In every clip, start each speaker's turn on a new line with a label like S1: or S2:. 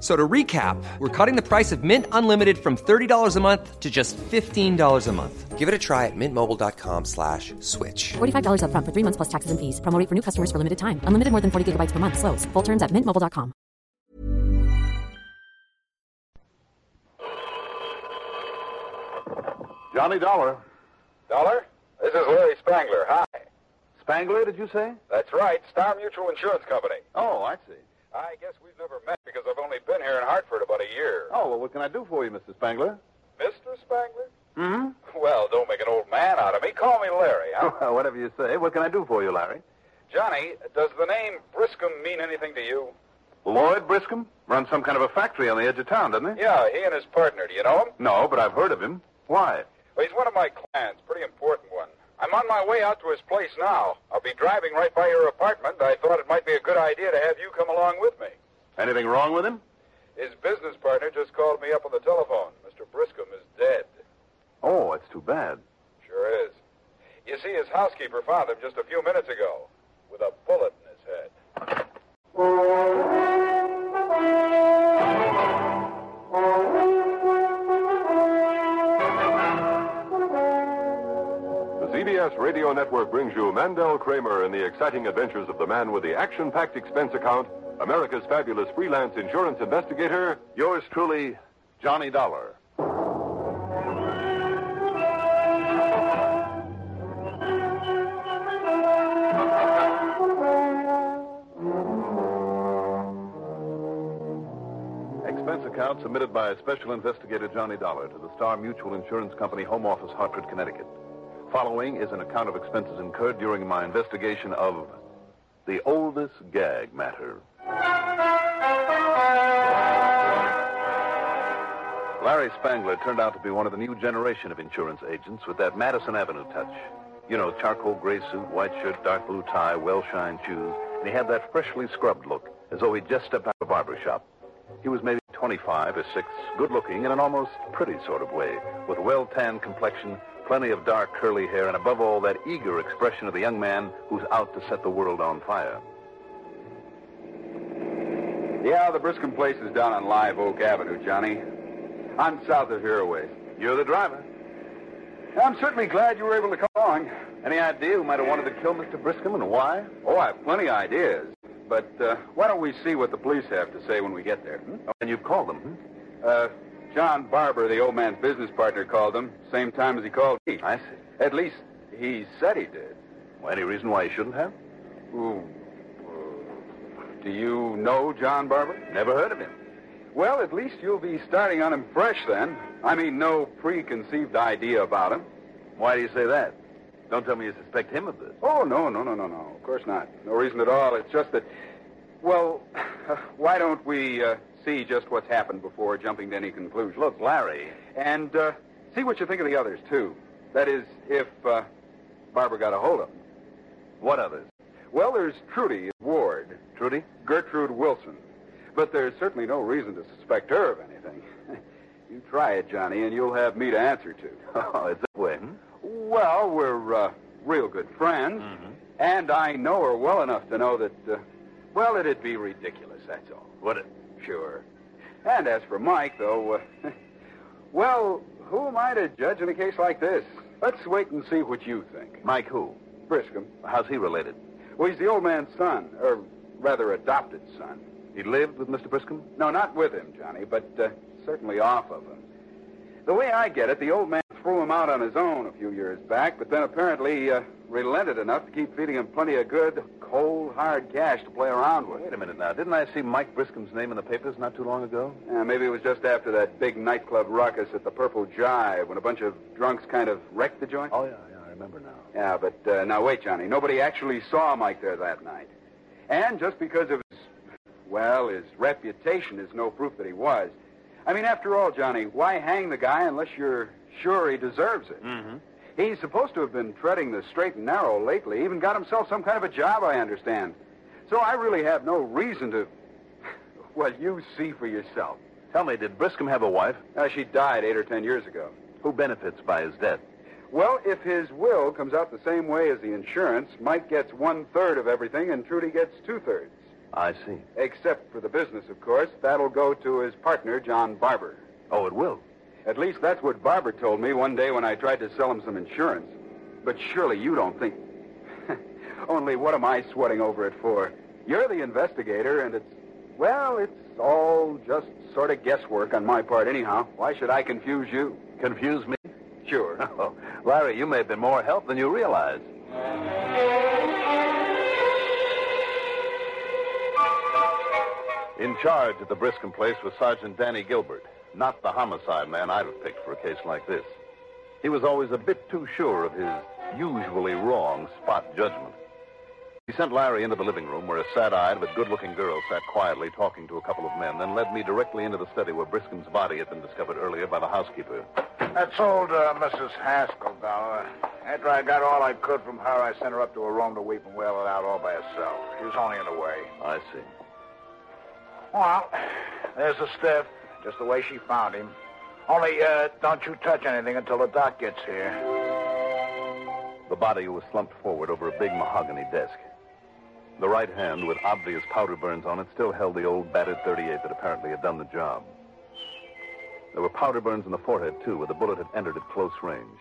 S1: So to recap, we're cutting the price of Mint Unlimited from $30 a month to just $15 a month. Give it a try at mintmobile.com slash switch.
S2: $45 up front for three months plus taxes and fees. Promo rate for new customers for limited time. Unlimited more than 40 gigabytes per month. Slows. Full terms at mintmobile.com.
S3: Johnny Dollar. Dollar?
S4: This is Larry Spangler. Hi.
S3: Spangler, did you say?
S4: That's right, Star Mutual Insurance Company.
S3: Oh, I see.
S4: I guess we've never met because I've only been here in Hartford about a year.
S3: Oh, well, what can I do for you, Mr. Spangler?
S4: Mr. Spangler?
S3: Hmm?
S4: Well, don't make an old man out of me. Call me Larry, huh?
S3: Whatever you say. What can I do for you, Larry?
S4: Johnny, does the name Briscom mean anything to you?
S3: Lloyd Briscom? Runs some kind of a factory on the edge of town, doesn't he?
S4: Yeah, he and his partner. Do you know him?
S3: No, but I've heard of him. Why?
S4: Well, he's one of my clients, pretty important one. I'm on my way out to his place now. I'll be driving right by your apartment. I thought it might be a good idea to have you come along with me.
S3: Anything wrong with him?
S4: His business partner just called me up on the telephone. Mr. Briscom is dead.
S3: Oh, it's too bad.
S4: Sure is. You see, his housekeeper found him just a few minutes ago with a bullet in his head.
S5: The CBS Radio Network brings you Mandel Kramer and the exciting adventures of the man with the action packed expense account, America's fabulous freelance insurance investigator.
S3: Yours truly, Johnny Dollar. Expense account submitted by Special Investigator Johnny Dollar to the Star Mutual Insurance Company Home Office, Hartford, Connecticut. Following is an account of expenses incurred during my investigation of the oldest gag matter. Larry Spangler turned out to be one of the new generation of insurance agents with that Madison Avenue touch. You know, charcoal gray suit, white shirt, dark blue tie, well-shined shoes, and he had that freshly scrubbed look, as though he'd just stepped out of a barber shop. He was maybe 25 or 6, good-looking in an almost pretty sort of way, with a well-tanned complexion, plenty of dark curly hair, and above all, that eager expression of the young man who's out to set the world on fire.
S4: Yeah, the Briscom place is down on Live Oak Avenue, Johnny. I'm south of here a ways.
S3: You're the driver.
S4: I'm certainly glad you were able to come along.
S3: Any idea who might have wanted to kill Mr. Briscom and why?
S4: Oh, I have plenty of ideas. But uh, why don't we see what the police have to say when we get there?
S3: Oh, and you've called them, hmm?
S4: Uh, John Barber, the old man's business partner, called him same time as he called me.
S3: I see.
S4: At least he said he did.
S3: Well, any reason why he shouldn't have?
S4: Ooh. Do you know John Barber?
S3: Never heard of him.
S4: Well, at least you'll be starting on him fresh then. I mean, no preconceived idea about him.
S3: Why do you say that? Don't tell me you suspect him of this.
S4: Oh, no, no, no, no, no. Of course not. No reason at all. It's just that, well, why don't we uh, see just what's happened before jumping to any conclusion?
S3: Look, Larry.
S4: And uh, See what you think of the others, too. That is, if uh, Barbara got a hold of them.
S3: What others?
S4: Well, there's Trudy Ward,
S3: Trudy?
S4: Gertrude Wilson. But there's certainly no reason to suspect her of anything. you try it, Johnny, and you'll have me to answer to.
S3: Oh, it's that way. hmm?
S4: well, we're uh, real good friends, and I know her well enough to know that, uh, well, it'd be ridiculous, that's all.
S3: What? It,
S4: Sure. And as for Mike, though, uh, well, who am I to judge in a case like this? Let's wait and see what you think.
S3: Mike who?
S4: Briscom.
S3: How's he related?
S4: Well, he's the old man's son, or rather, adopted son.
S3: He lived with Mr. Briscom?
S4: No, not with him, Johnny, but uh, certainly off of him. The way I get it, the old man threw him out on his own a few years back, but then apparently uh, relented enough to keep feeding him plenty of good, cold, hard cash to play around with.
S3: Wait a minute now. Didn't I see Mike Briscom's name in the papers not too long ago?
S4: Yeah, Uh, maybe it was just after that big nightclub ruckus at the Purple Jive when a bunch of drunks kind of wrecked the joint.
S3: Oh, yeah, yeah, I remember now.
S4: Yeah, but uh, now wait, Johnny. Nobody actually saw Mike there that night. And just because of his, well, his reputation is no proof that he was. I mean, after all, Johnny, why hang the guy unless you're sure he deserves it? Mm-hmm. He's supposed to have been treading the straight and narrow lately, even got himself some kind of a job, I understand. So I really have no reason to. Well, you see for yourself.
S3: Tell me, did Briscom have a wife?
S4: Uh, she died eight or ten years ago.
S3: Who benefits by his death?
S4: Well, if his will comes out the same way as the insurance, Mike gets one third of everything and Trudy gets two thirds.
S3: I see.
S4: Except for the business, of course. That'll go to his partner, John Barber.
S3: Oh, it will.
S4: At least that's what Barber told me one day when I tried to sell him some insurance. But surely you don't think. Only what am I sweating over it for? You're the investigator, and it's. Well, it's all just sort of guesswork on my part, anyhow. Why should I confuse you?
S3: Confuse me?
S4: Sure.
S3: Oh, Larry, you may have been more help than you realize. In charge at the Briscom place was Sergeant Danny Gilbert, not the homicide man I'd have picked for a case like this. He was always a bit too sure of his usually wrong spot judgment. He sent Larry into the living room where a sad eyed but good looking girl sat quietly talking to a couple of men, then led me directly into the study where Briscom's body had been discovered earlier by the housekeeper.
S6: That's old uh, Mrs. Haskell down there. After I got all I could from her, I sent her up to her room to weep and wail it out all by herself. She was only in the way.
S3: I see.
S6: Well, there's the stiff, just the way she found him. Only, uh, don't you touch anything until the doc gets here.
S3: The body was slumped forward over a big mahogany desk. The right hand, with obvious powder burns on it, still held the old battered 38 that apparently had done the job. There were powder burns in the forehead, too, where the bullet had entered at close range.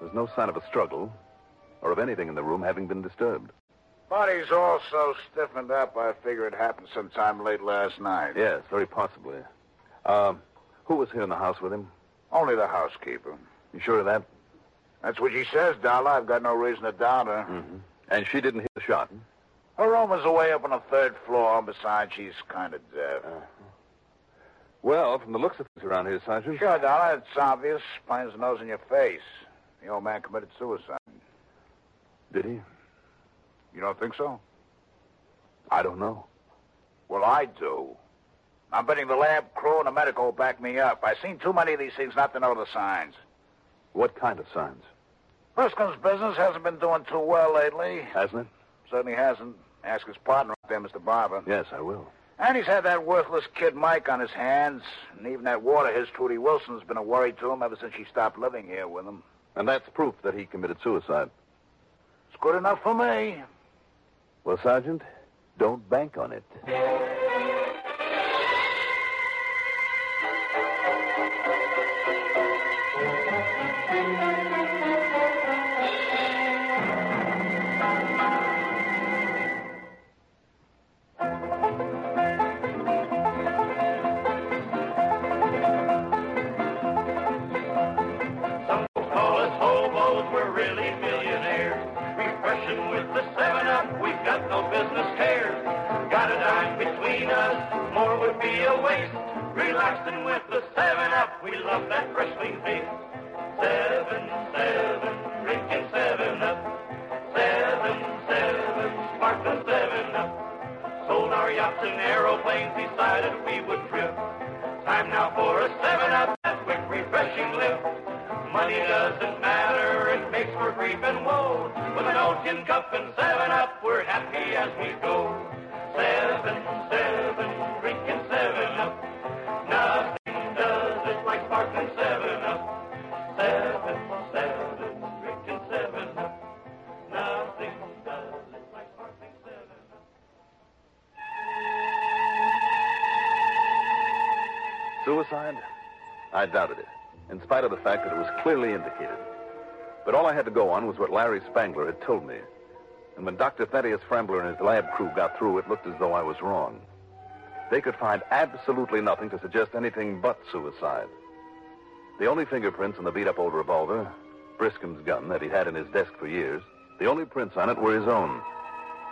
S3: There was no sign of a struggle or of anything in the room having been disturbed.
S6: Body's all so stiffened up, I figure it happened sometime late last night.
S3: Yes, very possibly. Um, who was here in the house with him?
S6: Only the housekeeper.
S3: You sure of that?
S6: That's what she says, Dollar. I've got no reason to doubt her.
S3: And she didn't hear the shot.
S6: Her room is away up on the third floor. Besides, she's kind of deaf.
S3: Well, from the looks of things around here, Sergeant.
S6: Sure, Dollar. It's obvious. Plain as the nose in your face. The old man committed suicide.
S3: Did he?
S6: You don't think so?
S3: I don't know.
S6: Well, I do. I'm betting the lab crew and the medical will back me up. I've seen too many of these things not to know the signs.
S3: What kind of signs?
S6: Briscoe's business hasn't been doing too well lately.
S3: Hasn't it?
S6: Certainly hasn't. Ask his partner up there, Mr. Barber.
S3: Yes, I will.
S6: And he's had that worthless kid Mike on his hands. And even that ward of his, Trudy Wilson's been a worry to him ever since she stopped living here with him.
S3: And that's proof that he committed suicide.
S6: It's good enough for me.
S3: Well, Sergeant, don't bank on it.
S7: Some call us hobos, we're really millionaires. Refreshing with the 7-Up, we've got no business cares. Got a dime between us, more would be a waste. Relaxing with the 7-Up, we love that wrestling taste. 7
S8: It doesn't matter, it makes for grief and woe. With an old tin cup and seven up, we're happy as we go. Seven, seven, drinking seven up. Nothing does it like sparkling seven up. Seven, seven, drinking seven up. Nothing does it like sparkling seven up.
S3: Suicide? I doubted it, in spite of the fact that it was clearly indicated. But all I had to go on was what Larry Spangler had told me. And when Dr. Thaddeus Frambler and his lab crew got through, it looked as though I was wrong. They could find absolutely nothing to suggest anything but suicide. The only fingerprints on the beat up old revolver, Briscom's gun that he'd had in his desk for years, the only prints on it were his own.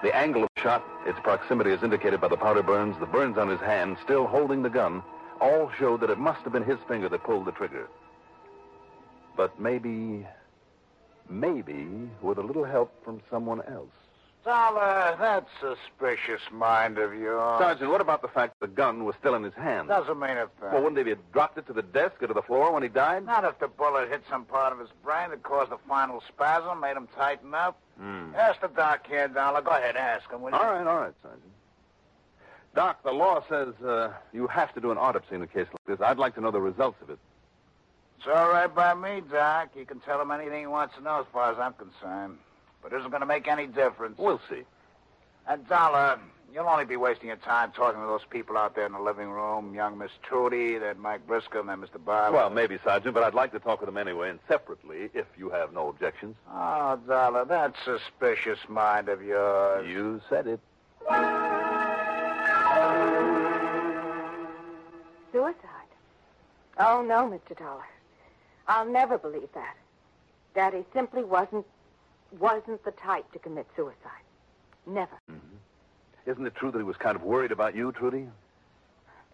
S3: The angle of the shot, its proximity as indicated by the powder burns, the burns on his hand, still holding the gun, all showed that it must have been his finger that pulled the trigger. But maybe, maybe with a little help from someone else.
S9: Dollar, that suspicious mind of yours.
S3: Sergeant, what about the fact that the gun was still in his hand?
S9: Doesn't mean a thing.
S3: Well, wouldn't they have dropped it to the desk or to the floor when he died?
S9: Not if the bullet hit some part of his brain that caused the final spasm, made him tighten up. Ask the doc here, Dollar. Go ahead, ask him, will you?
S3: Hmm. All right, all right, Sergeant. Doc, the law says uh, you have to do an autopsy in a case like this. I'd like to know the results of it.
S9: It's all right by me, Doc. You can tell him anything he wants to know as far as I'm concerned. But it isn't going to make any difference.
S3: We'll see.
S9: And, Dollar, you'll only be wasting your time talking to those people out there in the living room. Young Miss Trudy, that Mike Briscoe, and that Mr. Barber.
S3: Well, maybe, Sergeant, but I'd like to talk with them anyway and separately, if you have no objections.
S9: Oh, Dollar, that suspicious mind of yours.
S3: You said it.
S10: Suicide? Oh, no, Mr. Dollar. I'll never believe that. Daddy simply wasn't wasn't the type to commit suicide. Never.
S3: Isn't it true that he was kind of worried about you, Trudy?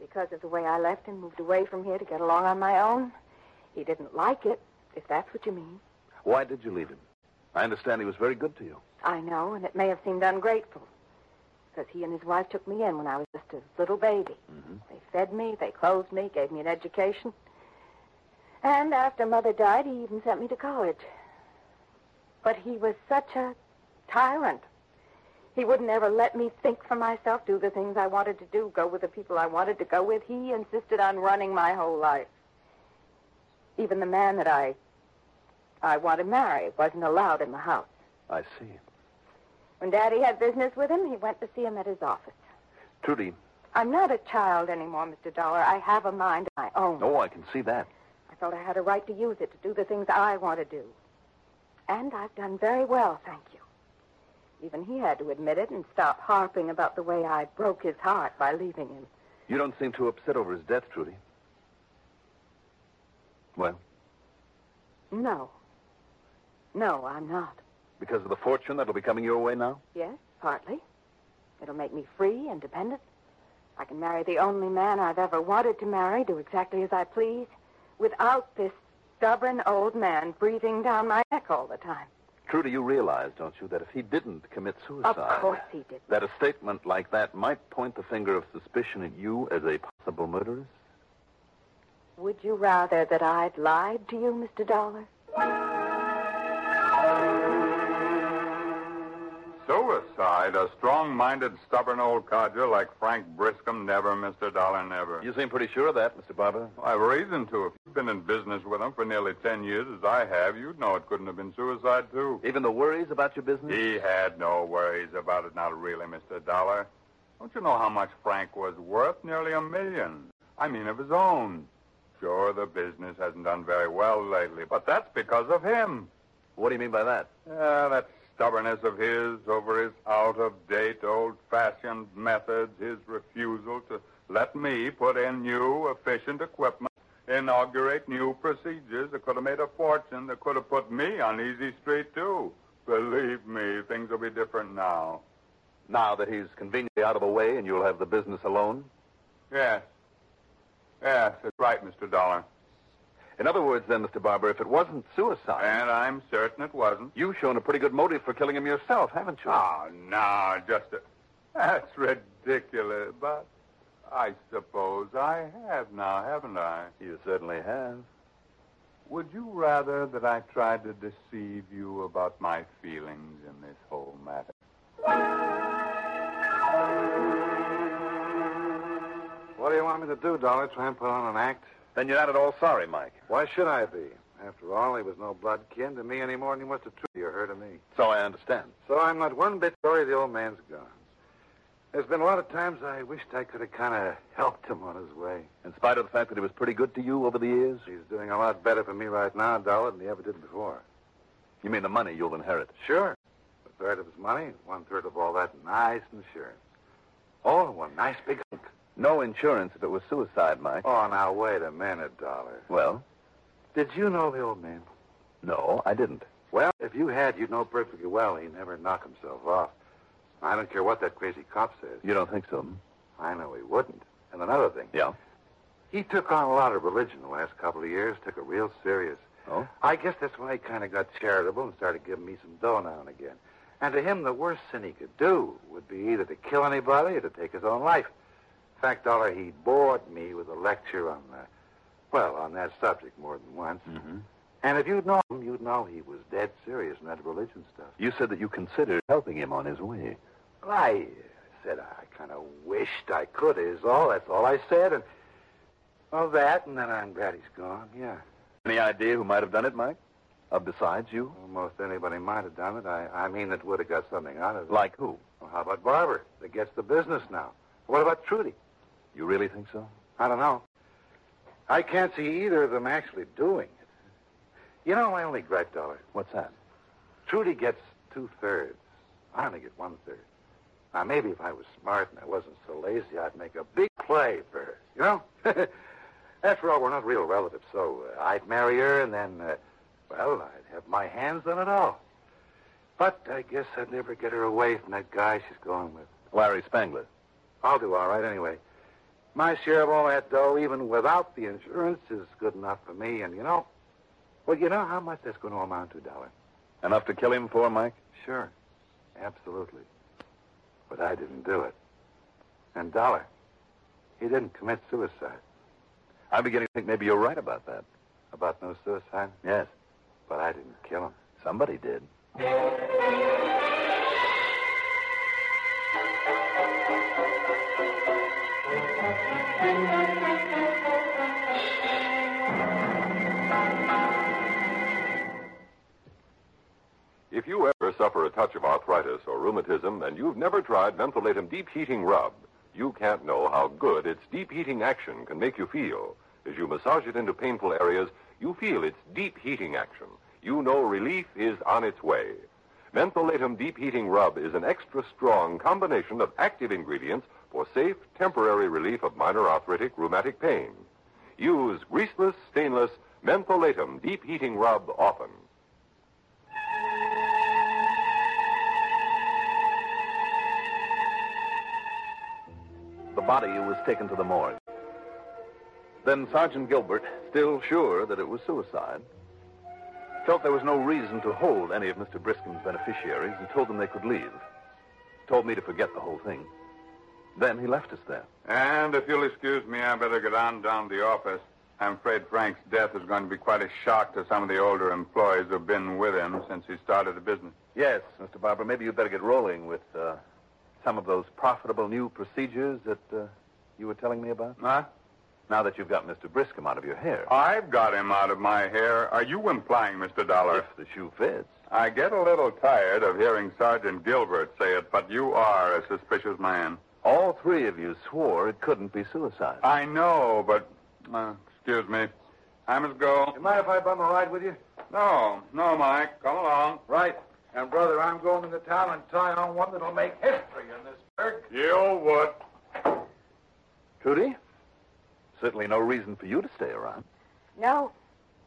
S10: Because of the way I left him, moved away from here to get along on my own. He didn't like it, if that's what you mean.
S3: Why did you leave him? I understand he was very good to you.
S10: I know, and it may have seemed ungrateful. Because he and his wife took me in when I was just a little baby. They fed me, they clothed me, gave me an education. And after Mother died, he even sent me to college. But he was such a tyrant. He wouldn't ever let me think for myself, do the things I wanted to do, go with the people I wanted to go with. He insisted on running my whole life. Even the man that I I wanted to marry wasn't allowed in the house.
S3: I see.
S10: When Daddy had business with him, he went to see him at his office.
S3: Trudy,
S10: I'm not a child anymore, Mr. Dollar. I have a mind of my own.
S3: oh, I can see that.
S10: I felt I had a right to use it to do the things I want to do. And I've done very well, thank you. Even he had to admit it and stop harping about the way I broke his heart by leaving him.
S3: You don't seem too upset over his death, Trudy. Well,
S10: No. No, I'm not.
S3: because of the fortune that'll be coming your way now?
S10: Yes, partly. It'll make me free, independent. I can marry the only man I've ever wanted to marry, do exactly as I please, without this stubborn old man breathing down my neck all the time.
S3: Trudy, you realize, don't you, that if he didn't commit suicide,
S10: Of course he did.
S3: that a statement like that might point the finger of suspicion at you as a possible murderess?
S10: Would you rather that I'd lied to you, Mr. Dollar?
S4: Suicide? A strong minded, stubborn old codger like Frank Briscom? Never, Mr. Dollar, never.
S3: You seem pretty sure of that, Mr. Barber.
S4: I have reason to. If you've been in business with him for nearly ten years, as I have, you'd know it couldn't have been suicide, too.
S3: Even the worries about your business?
S4: He had no worries about it, not really, Mr. Dollar. Don't you know how much Frank was worth? Nearly a million. I mean, of his own. Sure, the business hasn't done very well lately, but that's because of him.
S3: What do you mean by that?
S4: Ah, that stubbornness of his over his out of date, old fashioned methods, his refusal to let me put in new, efficient equipment, inaugurate new procedures that could have made a fortune, that could have put me on easy street, too. Believe me, things will be different now.
S3: Now that he's conveniently out of the way and you'll have the business alone?
S4: Yes. Yes, that's right, Mr. Dollar.
S3: In other words, then, Mr. Barber, if it wasn't suicide,
S4: And I'm certain it wasn't.
S3: you've shown a pretty good motive for killing him yourself, haven't you?
S4: Oh, no, just a... That's ridiculous, but I suppose I have now, haven't I?
S3: You certainly have.
S4: Would you rather that I tried to deceive you about my feelings in this whole matter?
S3: What do you want me to do, Dollar? Try and put on an act?
S11: Then you're not at all sorry, Mike.
S3: Why should I be? After all, he was no blood kin to me any more than he was to Trudy or her to me.
S11: So I understand.
S3: So I'm not one bit sorry the old man's gone. There's been a lot of times I wished I could have kind of helped him on his way.
S11: In spite of the fact that he was pretty good to you over the years?
S3: He's doing a lot better for me right now, Dollar, than he ever did before.
S11: You mean the money you'll inherit?
S3: Sure. A third of his money, one third of all that nice insurance. All in one nice big hunk.
S11: No insurance if it was suicide, Mike.
S3: Oh, now, wait a minute, Dollar.
S11: Well,
S3: Did you know the old man?
S11: no, I didn't.
S3: Well, if you had, you'd know perfectly well he never knocked himself off. I don't care what that crazy cop says.
S11: You don't think so? hmm?
S3: I know he wouldn't. And another thing,
S11: Yeah.
S3: he took on a lot of religion the last couple of years, took it real serious.
S11: Oh?
S3: I guess that's why he kind of got charitable and started giving me some dough now and again. And to him, the worst sin he could do would be either to kill anybody or to take his own life. In fact, Dollar, he bored me with a lecture on the, well, on that subject more than once.
S11: Mm-hmm.
S3: And if you'd known him, you'd know he was dead serious in that religion stuff.
S11: You said that you considered helping him on his way.
S3: Well, I uh, said I kind of wished I could, is all. That's all I said. And, well, that, and then I'm glad he's gone, yeah.
S11: Any idea who might have done it, Mike? Of besides you?
S3: Almost anybody might have done it. I, I mean, it would have got something out of it.
S11: Like who?
S3: Well, how about Barber? That gets the business now. What about Trudy?
S11: You really think so?
S3: I don't know. I can't see either of them actually doing it. You know, my only gripe, Dollar.
S11: What's that?
S3: Trudy gets two thirds. I only get one third. Now, maybe if I was smart and I wasn't so lazy, I'd make a big play for her, you know? After all, we're not real relatives, so uh, I'd marry her and then, uh, well, I'd have my hands on it all. But I guess I'd never get her away from that guy she's going with.
S11: Larry Spangler.
S3: I'll do all right anyway. My share of all that dough, even without the insurance, is good enough for me. And you know, well, you know how much that's going to amount to, Dollar.
S11: Enough to kill him for, Mike?
S3: Sure. Absolutely. But I didn't do it. And Dollar, he didn't commit suicide.
S11: I'm beginning to think maybe you're right about that.
S3: About no suicide?
S11: Yes.
S3: But I didn't kill him.
S11: Somebody did.
S12: If you ever suffer a touch of arthritis or rheumatism and you've never tried Mentholatum Deep Heating Rub, you can't know how good its deep heating action can make you feel. As you massage it into painful areas, you feel its deep heating action. You know relief is on its way. Mentholatum Deep Heating Rub is an extra strong combination of active ingredients for safe, temporary relief of minor arthritic rheumatic pain. Use greaseless, stainless Mentholatum Deep Heating Rub often.
S11: The body was taken to the morgue. Then Sergeant Gilbert, still sure that it was suicide, felt there was no reason to hold any of Mr. Briskin's beneficiaries and told them they could leave. Told me to forget the whole thing. Then he left us there.
S4: And if you'll excuse me, I better get on down to the office. I'm afraid Frank's death is going to be quite a shock to some of the older employees who've been with him since he started the business.
S11: Yes, Mr. Barber, maybe you'd better get rolling with uh, some of those profitable new procedures that uh, you were telling me about.
S4: Huh?
S11: Now that you've got Mr. Briskin out of your hair.
S4: I've got him out of my hair. Are you implying, Mr. Dollar?
S11: If the shoe fits.
S4: I get a little tired of hearing Sergeant Gilbert say it, but you are a suspicious man.
S11: All three of you swore it couldn't be suicide.
S4: I know, but uh, excuse me. I must go.
S3: You mind if I bum a ride with you?
S4: No, no, Mike. Come along.
S3: Right. And, brother, I'm going into town and tie on one that'll make history in this burg.
S4: You would.
S11: Trudy? Certainly no reason for you to stay around.
S10: No.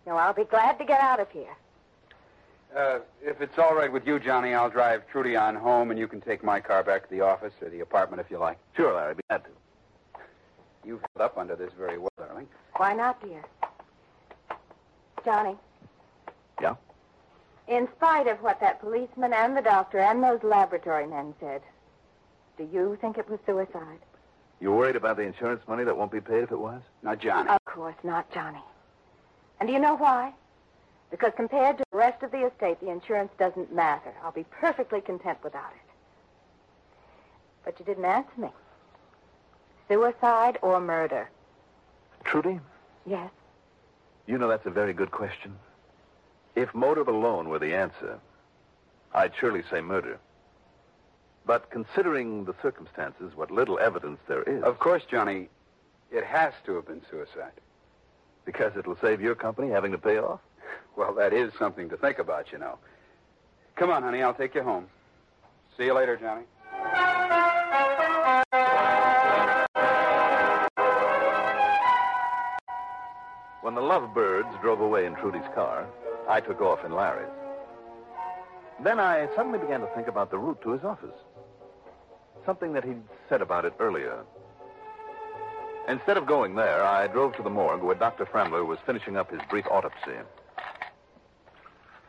S10: No, I'll be glad to get out of here.
S13: Uh, if it's all right with you, Johnny, I'll drive Trudy on home, and you can take my car back to the office or the apartment if you like.
S11: Sure, Larry, be glad to.
S13: You've held up under this very well, darling.
S10: Why not, dear? Johnny,
S11: Yeah?
S10: in spite of what that policeman and the doctor and those laboratory men said, do you think it was suicide?
S11: You're worried about the insurance money that won't be paid if it was?
S13: Now, Johnny.
S10: Of course not, Johnny. And do you know why? Because compared to the rest of the estate, the insurance doesn't matter. I'll be perfectly content without it. But you didn't answer me. Suicide or murder?
S4: Trudy,
S10: Yes.
S4: you know that's a very good question. If motive alone were the answer, I'd surely say murder. But considering the circumstances, what little evidence there is.
S14: Of course, Johnny, it has to have been suicide.
S4: Because it'll save your company having to pay off?
S14: Well, that is something to think about, you know. Come on, honey, I'll take you home. See you later, Johnny.
S4: When the lovebirds drove away in Trudy's car, I took off in Larry's. Then I suddenly began to think about the route to his office. Something that he'd said about it earlier. Instead of going there, I drove to the morgue where Dr. Framler was finishing up his brief autopsy.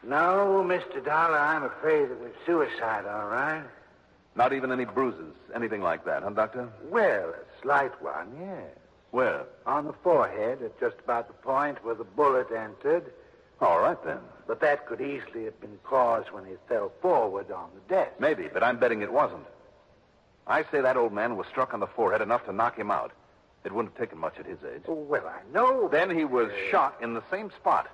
S3: No, Mr. Dollar, I'm afraid it was suicide, all right.
S4: Not even any bruises, anything like that, huh, Doctor?
S3: Well, a slight one, yes.
S4: Where?
S3: On the forehead, at just about the point where the bullet entered.
S4: All right, then.
S3: But that could easily have been caused when he fell forward on the desk.
S4: Maybe, but I'm betting it wasn't. I say that old man was struck on the forehead enough to knock him out. It wouldn't have taken much at his age.
S3: Oh, well, I know.
S4: Then he was shot in the same spot.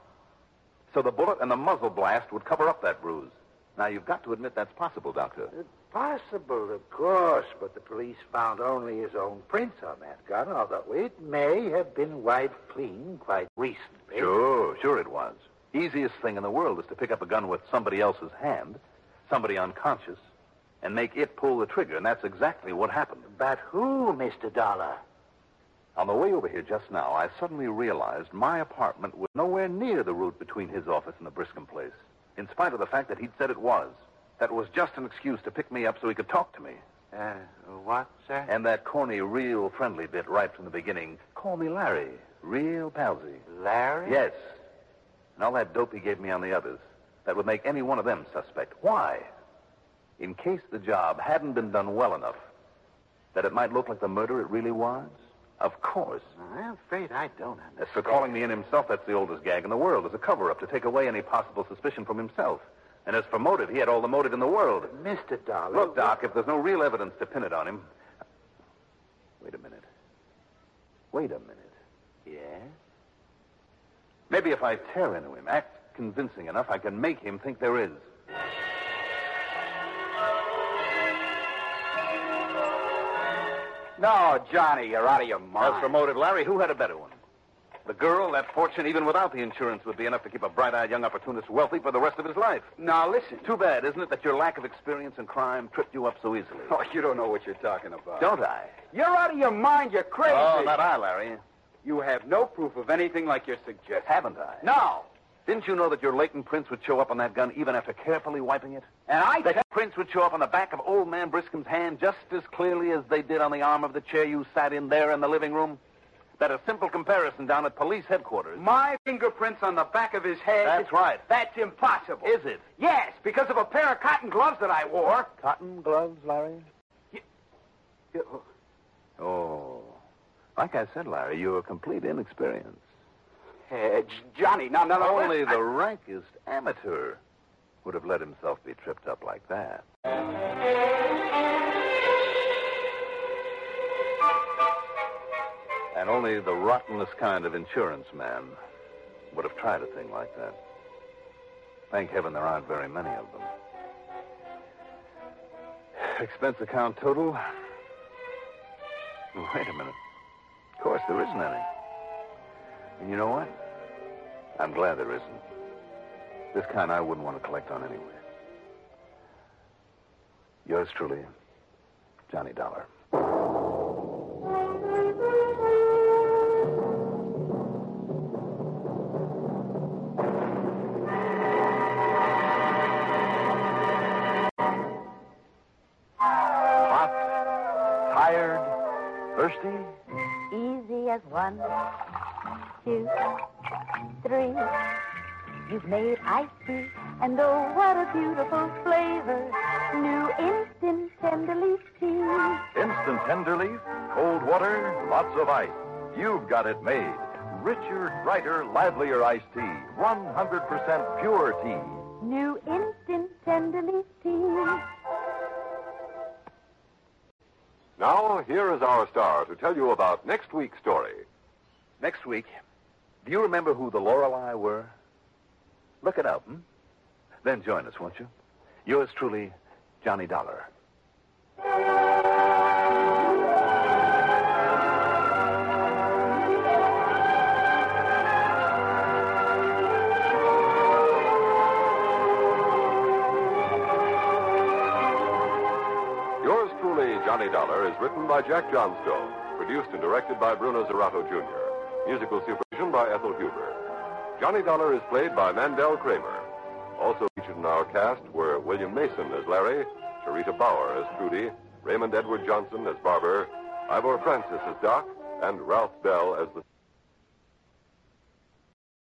S4: So the bullet and the muzzle blast would cover up that bruise. Now, you've got to admit that's possible, Doctor.
S3: Possible, of course, but the police found only his own prints on that gun, although it may have been wiped clean quite recently.
S4: Sure, sure it was. Easiest thing in the world is to pick up a gun with somebody else's hand, somebody unconscious, and make it pull the trigger, and that's exactly what happened.
S3: But who, Mr. Dollar?
S4: On the way over here just now, I suddenly realized my apartment was nowhere near the route between his office and the Briscom place, in spite of the fact that he'd said it was. That was just an excuse to pick me up so he could talk to me.
S3: Uh, what, sir? Uh,
S4: And that corny, real friendly bit right from the beginning call me Larry. Real palsy.
S3: Larry?
S4: Yes. And all that dope he gave me on the others. That would make any one of them suspect. Why? In case the job hadn't been done well enough, that it might look like the murder it really was? Of course.
S3: I'm afraid I don't understand.
S4: As for calling me in himself, that's the oldest gag in the world, as a cover up to take away any possible suspicion from himself. And as for motive, he had all the motive in the world.
S3: Mr. Dollar.
S4: Look, Doc, if there's no real evidence to pin it on him. Wait a minute. Wait a minute.
S3: Yeah?
S4: Maybe if I tear into him, act convincing enough, I can make him think there is.
S14: No, Johnny, you're out of your mind.
S4: As for motive, Larry, who had a better one? The girl, that fortune, even without the insurance, would be enough to keep a bright eyed young opportunist wealthy for the rest of his life.
S14: Now, listen.
S4: Too bad, isn't it, that your lack of experience in crime tripped you up so easily?
S14: Oh, you don't know what you're talking about.
S4: Don't I?
S14: You're out of your mind. You're crazy.
S4: Oh, not I, Larry.
S14: You have no proof of anything like you're suggesting.
S4: Haven't I?
S14: No.
S4: Didn't you know that your latent prints would show up on that gun even after carefully wiping it?
S14: And I
S4: That
S14: tell-
S4: prints would show up on the back of old man Briscom's hand just as clearly as they did on the arm of the chair you sat in there in the living room? That a simple comparison down at police headquarters.
S14: My fingerprints on the back of his head.
S4: That's right.
S14: That's impossible.
S4: Is it?
S14: Yes, because of a pair of cotton gloves that I wore.
S4: Cotton gloves, Larry? Oh. Like I said, Larry, you're a complete inexperience.
S14: Hey, J- Johnny, now, now, now,
S4: Only
S14: I-
S4: the rankest amateur would have let himself be tripped up like that. And only the rottenest kind of insurance man would have tried a thing like that. Thank heaven there aren't very many of them. Expense account total. Wait a minute. Of course, there isn't any. And you know what? I'm glad there isn't. This kind I wouldn't want to collect on anyway. Yours truly, Johnny Dollar. Hot, tired, thirsty.
S10: Easy as one, two, three. You've made iced tea, and oh, what a beautiful flavor. New instant tenderly tea.
S15: Instant tender leaf, cold water, lots of ice. You've got it made.
S4: richer, brighter, livelier iced tea. 100% pure tea.
S10: New instant tenderly tea.
S3: Now, here is our star to tell you about next week's story.
S4: Next week, do you remember who the Lorelei were? Look it up, hmm? Then join us, won't you? Yours truly, Johnny Dollar.
S3: Yours truly, Johnny Dollar, is written by Jack Johnstone, produced and directed by Bruno Zerato Jr., musical supervision by Ethel Huber. Johnny Dollar is played by Mandel Kramer. Also featured in our cast were William Mason as Larry, Charita Bauer as Trudy, Raymond Edward Johnson as Barber, Ivor Francis as Doc, and Ralph Bell as the